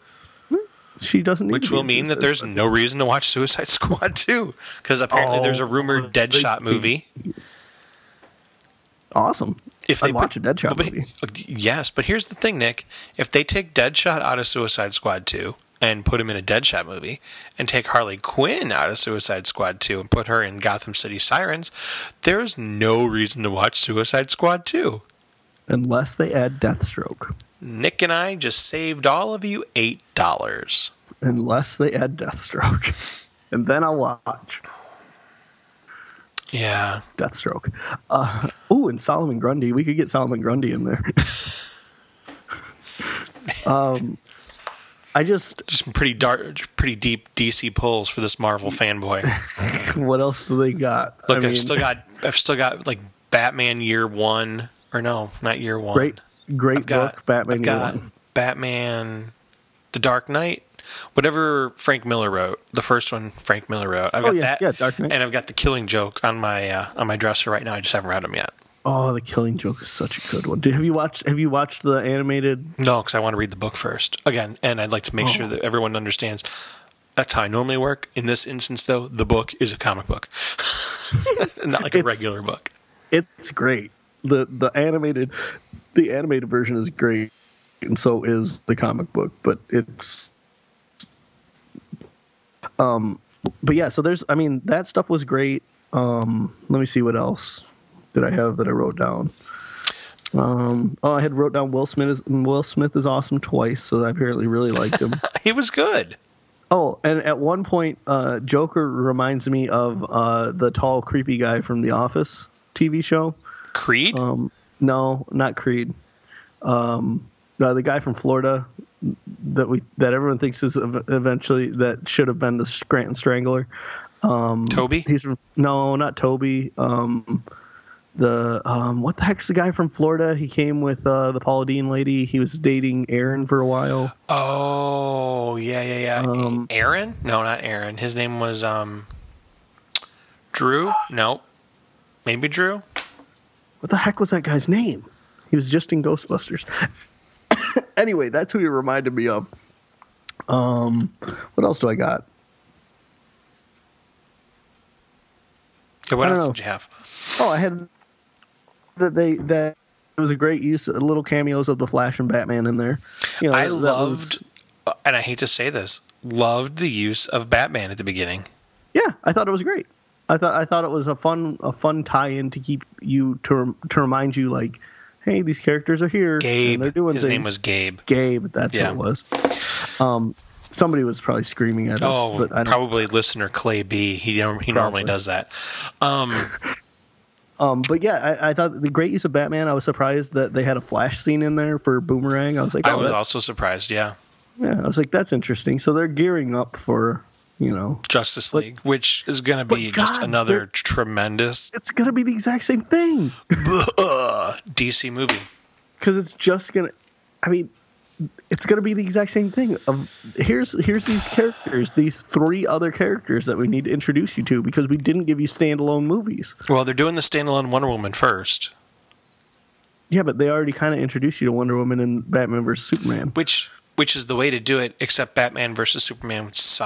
[SPEAKER 4] she doesn't need.
[SPEAKER 3] which
[SPEAKER 4] to be
[SPEAKER 3] will
[SPEAKER 4] in
[SPEAKER 3] mean that
[SPEAKER 4] Suicide
[SPEAKER 3] there's no reason to watch Suicide Squad 2 because apparently
[SPEAKER 4] Oh,
[SPEAKER 3] there's a rumored Deadshot movie.
[SPEAKER 4] awesome.
[SPEAKER 3] If
[SPEAKER 4] I'd
[SPEAKER 3] they
[SPEAKER 4] watch
[SPEAKER 3] put-
[SPEAKER 4] a Deadshot
[SPEAKER 3] but-
[SPEAKER 4] movie.
[SPEAKER 3] Yes, but here's the thing, Nick. If they take Deadshot out of Suicide Squad 2 and put him in a Deadshot movie and take Harley Quinn out of Suicide Squad 2 and put her in Gotham City Sirens, there's no reason to watch Suicide Squad 2.
[SPEAKER 4] unless they add Deathstroke.
[SPEAKER 3] Nick and I just saved all of you $8.
[SPEAKER 4] Unless they add Deathstroke, and then I'll watch
[SPEAKER 3] Yeah.
[SPEAKER 4] Deathstroke. Uh, oh, and Solomon Grundy. We could get Solomon Grundy in there. um, I just
[SPEAKER 3] just some pretty dark, pretty deep DC pulls for this Marvel fanboy.
[SPEAKER 4] what else do they got?
[SPEAKER 3] Look, I
[SPEAKER 4] I mean,
[SPEAKER 3] have still got, I've still got like Batman Year One, or no, not Year One.
[SPEAKER 4] great, great
[SPEAKER 3] I've got
[SPEAKER 4] book, Batman.
[SPEAKER 3] I've
[SPEAKER 4] Year
[SPEAKER 3] got
[SPEAKER 4] One.
[SPEAKER 3] Batman, The Dark Knight, whatever Frank Miller wrote, the first one Frank Miller wrote. I've
[SPEAKER 4] Oh,
[SPEAKER 3] got
[SPEAKER 4] yeah,
[SPEAKER 3] that,
[SPEAKER 4] yeah, Dark Knight.
[SPEAKER 3] and I've got The Killing Joke on my uh, on my dresser right now. I just haven't read them yet.
[SPEAKER 4] Oh, the Killing Joke is such a good one. Do, have you watched? Have you watched the animated?
[SPEAKER 3] No, because I want to read the book first again, and I'd like to make sure that
[SPEAKER 4] Oh.
[SPEAKER 3] everyone understands. That's how I normally work. In this instance, though, the book is a comic book, not like a
[SPEAKER 4] It's-
[SPEAKER 3] regular book.
[SPEAKER 4] It's great. the The animated, the animated version is great, and so is the comic book. But it's um, but yeah, so there's I mean that stuff was great. Um let me see what else did I have that I wrote down. Um oh I had wrote down Will Smith is Will Smith is awesome twice, so I apparently really liked him.
[SPEAKER 3] It was good.
[SPEAKER 4] oh, and at one point uh Joker reminds me of uh the tall creepy guy from the Office TV show.
[SPEAKER 3] Creed.
[SPEAKER 4] Um no, not Creed. Um no, the guy from Florida that we that everyone thinks is ev- eventually that should have been the Scranton Strangler.
[SPEAKER 3] Toby.
[SPEAKER 4] He's from no, not Toby. Um, the um, what the heck's the guy from Florida? He came with uh, the Paula Dean lady. He was dating Aaron for a while.
[SPEAKER 3] oh yeah, yeah, yeah.
[SPEAKER 4] Um,
[SPEAKER 3] Aaron? No, not Aaron. His name was um. Drew? No. Maybe Drew?
[SPEAKER 4] What the heck was that guy's name? He was just in Ghostbusters. anyway, that's who he reminded me of. Um, what else do I got?
[SPEAKER 3] Yeah, what
[SPEAKER 4] I
[SPEAKER 3] else
[SPEAKER 4] don't know.
[SPEAKER 3] did you have?
[SPEAKER 4] Oh, I had that they that it was a great use of little cameos of the Flash and Batman in there. You know,
[SPEAKER 3] I
[SPEAKER 4] Uh, that was-
[SPEAKER 3] loved, uh, and I hate to say this, loved the use of Batman at the beginning.
[SPEAKER 4] yeah, I thought it was great. I thought I thought it was a fun a fun tie-in to keep you to rem- to remind you like, hey, these characters are here
[SPEAKER 3] Gabe.
[SPEAKER 4] and they're doing
[SPEAKER 3] His
[SPEAKER 4] things.
[SPEAKER 3] name was Gabe.
[SPEAKER 4] Gabe. That's
[SPEAKER 3] Yeah.
[SPEAKER 4] what it was. Um, somebody was probably screaming at us,
[SPEAKER 3] Oh,
[SPEAKER 4] but I don't.
[SPEAKER 3] probably listener Clay B. He norm- he normally
[SPEAKER 4] Probably.
[SPEAKER 3] does that. Um,
[SPEAKER 4] Um, but yeah, I, I thought the great use of Batman. I was surprised that they had a flash scene in there for Boomerang. I was like, oh,
[SPEAKER 3] I was
[SPEAKER 4] that's-
[SPEAKER 3] also surprised. Yeah,
[SPEAKER 4] yeah, I was like, that's interesting. So they're gearing up for you know,
[SPEAKER 3] Justice League, which is going to
[SPEAKER 4] but
[SPEAKER 3] be just
[SPEAKER 4] God,
[SPEAKER 3] another
[SPEAKER 4] they're-
[SPEAKER 3] tremendous
[SPEAKER 4] it's gonna be the exact same thing
[SPEAKER 3] uh, DC movie.
[SPEAKER 4] because it's just gonna. I mean, it's gonna be the exact same thing. Of here's here's these characters, these three other characters that we need to introduce you to because we didn't give you standalone movies.
[SPEAKER 3] Well, they're doing the standalone Wonder Woman first,
[SPEAKER 4] Yeah, but they already kind of introduced you to Wonder Woman and Batman versus Superman.
[SPEAKER 3] which which is the way to do it. Except Batman versus Superman, which sucked.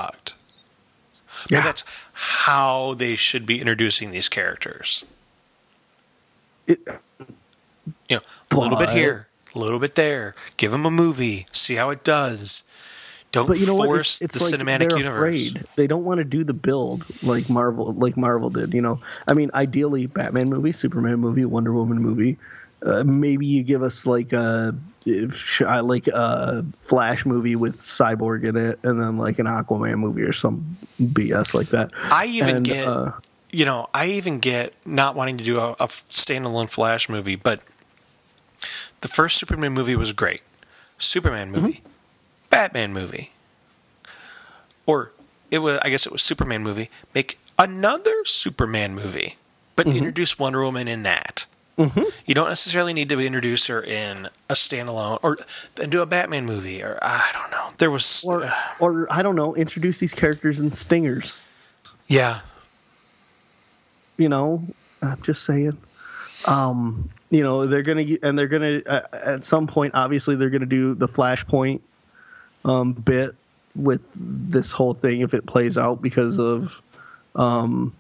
[SPEAKER 4] Yeah,
[SPEAKER 3] But that's how they should be introducing these characters.
[SPEAKER 4] it,
[SPEAKER 3] You know, a little bit
[SPEAKER 4] But-
[SPEAKER 3] here, a little bit there. Give them a movie, see how it does. Don't
[SPEAKER 4] but you know what?
[SPEAKER 3] force the cinematic
[SPEAKER 4] they're
[SPEAKER 3] universe.
[SPEAKER 4] Afraid. They don't want to do the build like Marvel, like Marvel did. You know, I mean, ideally, Batman movie, Superman movie, Wonder Woman movie. Uh, maybe you give us like a if- I like a Flash movie with Cyborg in it, and then like an Aquaman movie or some BS like that.
[SPEAKER 3] I even
[SPEAKER 4] And,
[SPEAKER 3] get,
[SPEAKER 4] uh,
[SPEAKER 3] you know, I even get not wanting to do a, a standalone Flash movie, but the first Superman movie was great. Superman movie,
[SPEAKER 4] Mm-hmm.
[SPEAKER 3] Batman movie, or it was, I guess it was Superman movie. Make another Superman movie, but
[SPEAKER 4] Mm-hmm.
[SPEAKER 3] introduce Wonder Woman in that. You don't necessarily need to introduce her in a standalone, or then do a Batman movie, or I don't know. There was,
[SPEAKER 4] or or I don't know, introduce these characters in stingers.
[SPEAKER 3] yeah,
[SPEAKER 4] you know i'm just saying um you know they're gonna and they're gonna uh, at some point obviously they're gonna do the flashpoint um bit with this whole thing if it plays out because of um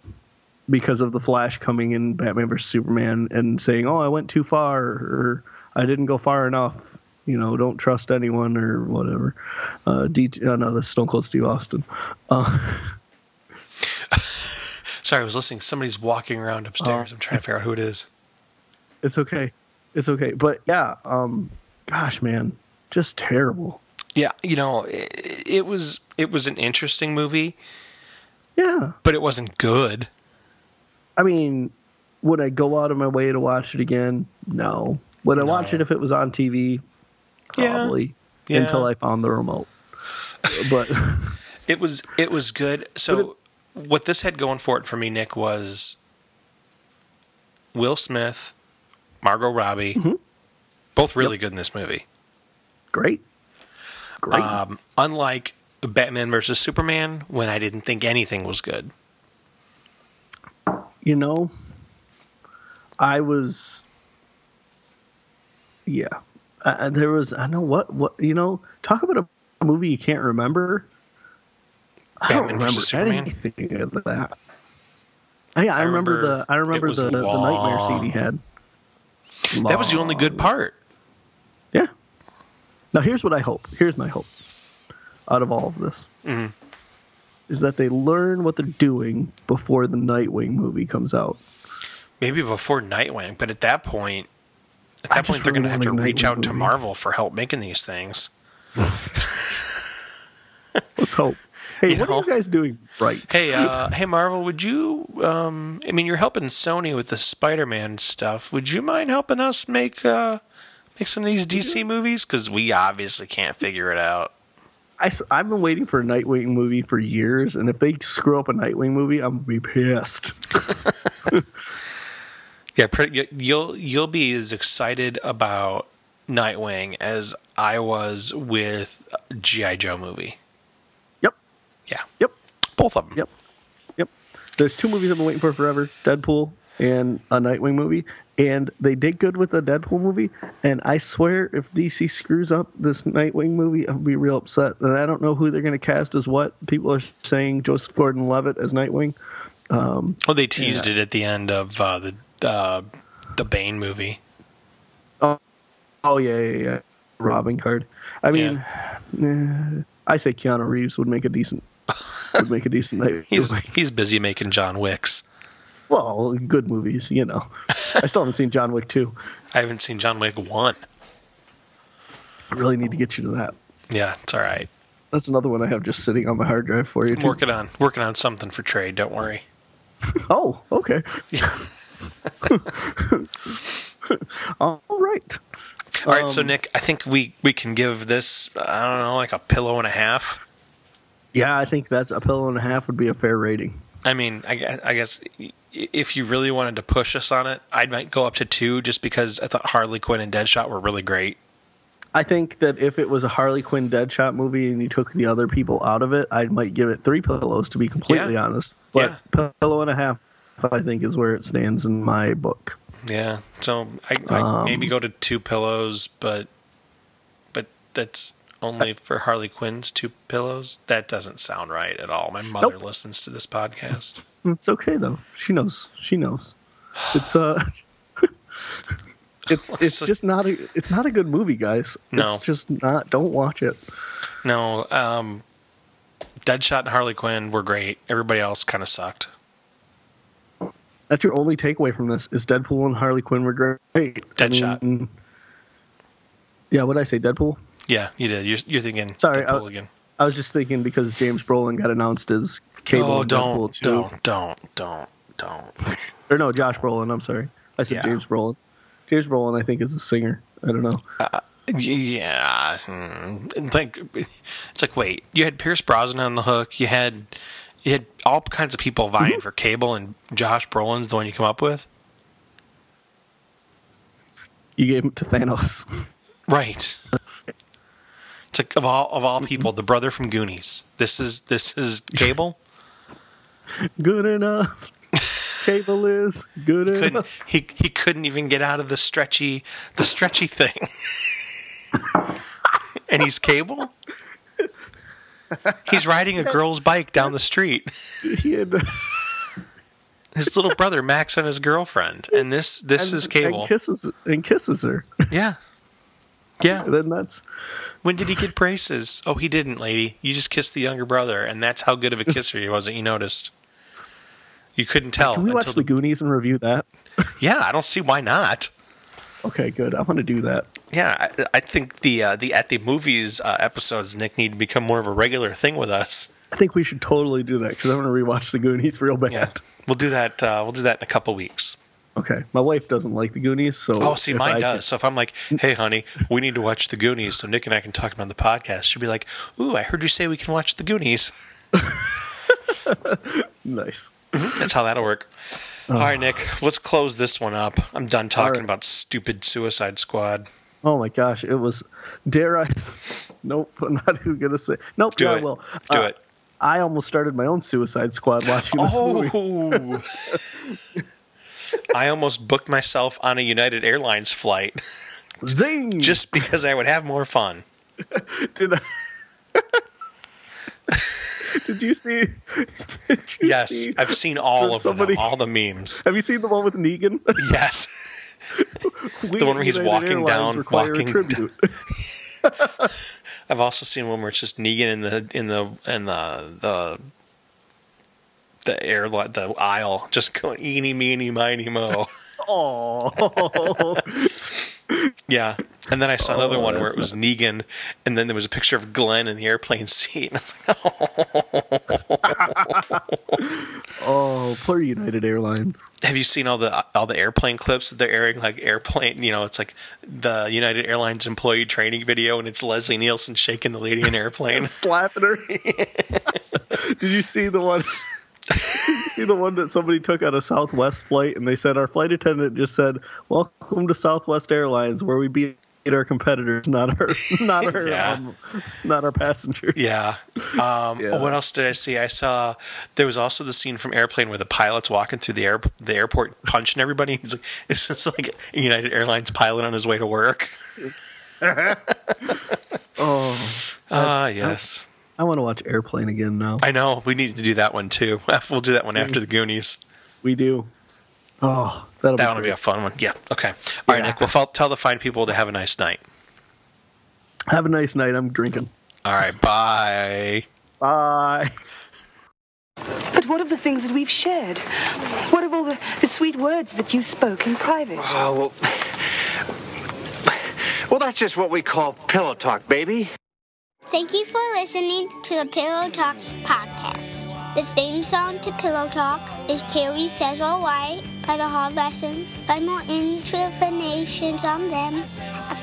[SPEAKER 4] because of the flash coming in batman vs superman and saying oh i went too far or i didn't go far enough you know don't trust anyone or whatever uh D- oh, no that's stone cold steve austin Uh,
[SPEAKER 3] Sorry, I was listening. Somebody's walking around upstairs. I'm trying to figure out who it is.
[SPEAKER 4] It's okay. It's okay. But yeah, um gosh man, just terrible.
[SPEAKER 3] Yeah, you know, it, it was it was an interesting movie,
[SPEAKER 4] Yeah.
[SPEAKER 3] but it wasn't good.
[SPEAKER 4] I mean, would I go out of my way to watch it again? No. Would I watch it if it was on TV?
[SPEAKER 3] Yeah.
[SPEAKER 4] Probably.
[SPEAKER 3] Yeah.
[SPEAKER 4] Until I found the remote. But
[SPEAKER 3] It was it was good. So what this had going for it for me, Nick, was Will Smith, Margot Robbie, both really good in this movie.
[SPEAKER 4] great. Great.
[SPEAKER 3] Um, unlike Batman versus Superman, when I didn't think anything was good.
[SPEAKER 4] you know, I was, yeah, I, I- there was, I know what, what, you know, talk about a movie you can't remember. I don't
[SPEAKER 3] Batman
[SPEAKER 4] remember
[SPEAKER 3] versus Superman?
[SPEAKER 4] anything of that. Oh, yeah, I,
[SPEAKER 3] I
[SPEAKER 4] remember,
[SPEAKER 3] remember
[SPEAKER 4] the, I
[SPEAKER 3] it
[SPEAKER 4] remember
[SPEAKER 3] was
[SPEAKER 4] the, the nightmare scene he had.
[SPEAKER 3] That was the only
[SPEAKER 4] Long.
[SPEAKER 3] good part.
[SPEAKER 4] Yeah. Now here's what I hope. Here's my hope. Out of all of this,
[SPEAKER 3] Mm-hmm.
[SPEAKER 4] is that they learn what they're doing before the Nightwing movie comes out.
[SPEAKER 3] Maybe before Nightwing, but at that point, at that
[SPEAKER 4] just
[SPEAKER 3] point, they're going
[SPEAKER 4] really
[SPEAKER 3] to have to
[SPEAKER 4] want a
[SPEAKER 3] reach
[SPEAKER 4] Nightwing
[SPEAKER 3] out to
[SPEAKER 4] movie.
[SPEAKER 3] Marvel for help making these things.
[SPEAKER 4] Let's hope. Hey,
[SPEAKER 3] You
[SPEAKER 4] what
[SPEAKER 3] know?
[SPEAKER 4] are you guys doing right?
[SPEAKER 3] Hey, uh, hey, Marvel, would you? Um, I mean, you're helping Sony with the Spider-Man stuff. Would you mind helping us make uh, make some of these DC movies? Because we obviously can't figure it out.
[SPEAKER 4] I, have been waiting for a Nightwing movie for years, and if they screw up a Nightwing movie, I'm gonna be pissed.
[SPEAKER 3] Yeah, pretty, you- you'll you'll be as excited about Nightwing as I was with GI Joe movie.
[SPEAKER 4] yep,
[SPEAKER 3] Yeah,
[SPEAKER 4] yep,
[SPEAKER 3] both of them.
[SPEAKER 4] yep, yep. there's two movies I've been waiting for forever: Deadpool and a Nightwing movie. And they did good with the Deadpool movie. And I swear, if DC screws up this Nightwing movie, I'll be real upset. And I don't know who they're going to cast as what. People are saying Joseph Gordon-Levitt as Nightwing.
[SPEAKER 3] Oh, they teased it at the end of uh, the uh, the Bane movie.
[SPEAKER 4] Oh yeah, yeah, yeah. Robin card. I mean, eh, I say Keanu Reeves would make a decent would make a decent night.
[SPEAKER 3] He's he's busy making John Wicks.
[SPEAKER 4] well, good movies, you know. I still haven't seen John Wick two.
[SPEAKER 3] I haven't seen John Wick one.
[SPEAKER 4] I really need to get you to that.
[SPEAKER 3] Yeah, it's all right.
[SPEAKER 4] That's another one I have just sitting on my hard drive for you.
[SPEAKER 3] I'm
[SPEAKER 4] too.
[SPEAKER 3] working on working on something for trade. Don't worry.
[SPEAKER 4] Oh, okay. All right.
[SPEAKER 3] All right, so Nick, I think we we can give this I don't know like a pillow and a half.
[SPEAKER 4] Yeah, I think that's a pillow and a half would be a fair rating.
[SPEAKER 3] I mean, I, gue- I guess i- if you really wanted to push us on it, I might go up to two just because I thought Harley Quinn and Deadshot were really great.
[SPEAKER 4] I think that if it was a Harley Quinn Deadshot movie and you took the other people out of it, I might give it three pillows to be completely
[SPEAKER 3] Yeah.
[SPEAKER 4] honest. But pillow and a half, I think, is where it stands in my book.
[SPEAKER 3] Yeah, so I, I
[SPEAKER 4] Um,
[SPEAKER 3] maybe go to two pillows, but but that's only for Harley Quinn's two pillows. That doesn't sound right at all. My mother
[SPEAKER 4] Nope.
[SPEAKER 3] listens to this podcast.
[SPEAKER 4] It's okay though. She knows. She knows. It's uh. It's it's
[SPEAKER 3] Honestly.
[SPEAKER 4] just not a it's not a good movie, guys.
[SPEAKER 3] No.
[SPEAKER 4] It's just not. Don't watch it.
[SPEAKER 3] No, um, Deadshot and Harley Quinn were great. Everybody else kind of sucked.
[SPEAKER 4] That's your only takeaway from this is Deadpool and Harley Quinn were great. I
[SPEAKER 3] Deadshot.
[SPEAKER 4] mean, yeah, what I say, Deadpool.
[SPEAKER 3] Yeah, you did. You're, you're thinking
[SPEAKER 4] Sorry, uh,
[SPEAKER 3] Deadpool
[SPEAKER 4] I-
[SPEAKER 3] again.
[SPEAKER 4] I was just thinking because James Brolin got announced as Cable.
[SPEAKER 3] Oh,
[SPEAKER 4] in
[SPEAKER 3] don't,
[SPEAKER 4] Deadpool 2.
[SPEAKER 3] don't, don't, don't, don't.
[SPEAKER 4] Or no, Josh Brolin. I'm sorry. I said
[SPEAKER 3] Yeah.
[SPEAKER 4] James Brolin. James Brolin, I think, is a singer. I don't know.
[SPEAKER 3] Yeah, hmm. And like it's like wait, you had Pierce Brosnan on the hook. You had you had all kinds of people vying for Cable, and Josh Brolin's the one you come up with,
[SPEAKER 4] You gave him to Thanos.
[SPEAKER 3] right? It's like of all of all people, the brother from Goonies. This is this is Cable.
[SPEAKER 4] good enough. Cable is good
[SPEAKER 3] Couldn't,
[SPEAKER 4] enough.
[SPEAKER 3] he he couldn't even get out of the stretchy the stretchy thing, and he's Cable. He's riding a girl's bike down the street.
[SPEAKER 4] He had,
[SPEAKER 3] his little brother Max and his girlfriend, and this this is
[SPEAKER 4] and-
[SPEAKER 3] Cable.
[SPEAKER 4] And kisses and kisses her.
[SPEAKER 3] yeah, yeah.
[SPEAKER 4] then that's
[SPEAKER 3] When did he get braces? Oh, he didn't, lady. You just kissed the younger brother, and that's how good of a kisser he was that you noticed. You couldn't tell
[SPEAKER 4] can we watch
[SPEAKER 3] Oh, until
[SPEAKER 4] the Goonies and review that?
[SPEAKER 3] yeah. I don't see why not.
[SPEAKER 4] Okay, good. I want to do that.
[SPEAKER 3] Yeah, I, I think the uh, the at the movies uh, episodes Nick need to become more of a regular thing with us.
[SPEAKER 4] I think we should totally do that because I want to rewatch the Goonies real bad.
[SPEAKER 3] Yeah, we'll do that. Uh, we'll do that in a couple weeks.
[SPEAKER 4] Okay, my wife doesn't like the Goonies, so
[SPEAKER 3] Oh, see,
[SPEAKER 4] if
[SPEAKER 3] mine
[SPEAKER 4] I-
[SPEAKER 3] does. So if I'm like, "Hey, honey, we need to watch the Goonies," so Nick and I can talk about the podcast, she'll be like, "Ooh, I heard you say we can watch the Goonies."
[SPEAKER 4] Nice.
[SPEAKER 3] That's how that'll work. All right, Nick, let's close this one up. I'm done talking
[SPEAKER 4] right.
[SPEAKER 3] about stupid Suicide Squad.
[SPEAKER 4] Oh my gosh, it was. Dare I? Nope, I'm not even gonna say. Nope,
[SPEAKER 3] Do
[SPEAKER 4] yeah, I
[SPEAKER 3] it.
[SPEAKER 4] will.
[SPEAKER 3] Do
[SPEAKER 4] Uh,
[SPEAKER 3] it.
[SPEAKER 4] I almost started my own Suicide Squad watching this movie.
[SPEAKER 3] Oh. I almost booked myself on a United Airlines flight
[SPEAKER 4] Zing!
[SPEAKER 3] just because I would have more fun.
[SPEAKER 4] did. I, did you see? Did you
[SPEAKER 3] Yes,
[SPEAKER 4] see-
[SPEAKER 3] I've seen all of
[SPEAKER 4] Somebody-
[SPEAKER 3] them, all the memes.
[SPEAKER 4] have you seen the one with Negan?
[SPEAKER 3] Yes. the one where he's walking down, walking
[SPEAKER 4] down.
[SPEAKER 3] I've also seen one where it's just Negan in the in the in the the the air the aisle just going eeny meeny miny mo.
[SPEAKER 4] Oh,
[SPEAKER 3] Yeah. And then I saw another
[SPEAKER 4] Oh,
[SPEAKER 3] one where it was
[SPEAKER 4] that's
[SPEAKER 3] Negan and then there was a picture of Glenn in the airplane seat. And I was like, oh.
[SPEAKER 4] oh, poor United Airlines.
[SPEAKER 3] "Oh, Have you seen all the all the airplane clips that they're airing like airplane, you know, it's like the United Airlines employee training video and it's Leslie Nielsen shaking the lady in an airplane.
[SPEAKER 4] slapping her. Did you see the one? Did you see the one that somebody took on a Southwest flight, and they said our flight attendant just said, "Welcome to Southwest Airlines, where we beat our competitors, not our not our
[SPEAKER 3] Yeah.
[SPEAKER 4] um, not our passengers.
[SPEAKER 3] Yeah. Um,
[SPEAKER 4] Yeah.
[SPEAKER 3] What else did I see? I saw there was also the scene from Airplane where the pilot's walking through the air the airport punching everybody. He's like, it's just like a United Airlines pilot on his way to work.
[SPEAKER 4] Oh,
[SPEAKER 3] Ah, yes.
[SPEAKER 4] I want to watch Airplane again now.
[SPEAKER 3] I know. We need to do that one too. We'll do that one after the Goonies.
[SPEAKER 4] We do. Oh, that'll
[SPEAKER 3] That
[SPEAKER 4] be
[SPEAKER 3] one will be
[SPEAKER 4] great.
[SPEAKER 3] a fun one. Yeah. Okay. All right,
[SPEAKER 4] Yeah.
[SPEAKER 3] Nick. Well, fel- tell the fine people to have a nice night.
[SPEAKER 4] Have a nice night. I'm drinking.
[SPEAKER 3] All right. Bye.
[SPEAKER 4] Bye.
[SPEAKER 5] But what of the things that we've shared? What of all the, the sweet words that you spoke in private?
[SPEAKER 6] Oh, well. Well, that's just what we call pillow talk, baby.
[SPEAKER 2] Thank you for listening to the Pillow Talk podcast. The theme song to Pillow Talk is Carrie Says Alright by The Hard Lessons. Find more informations on them at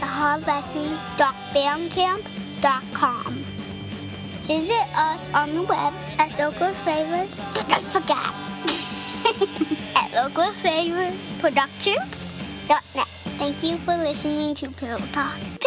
[SPEAKER 2] thehardlessons.bandcamp.com. Visit us on the web at local favors. I forgot. at local favors productions.net. Thank you for listening to Pillow Talk.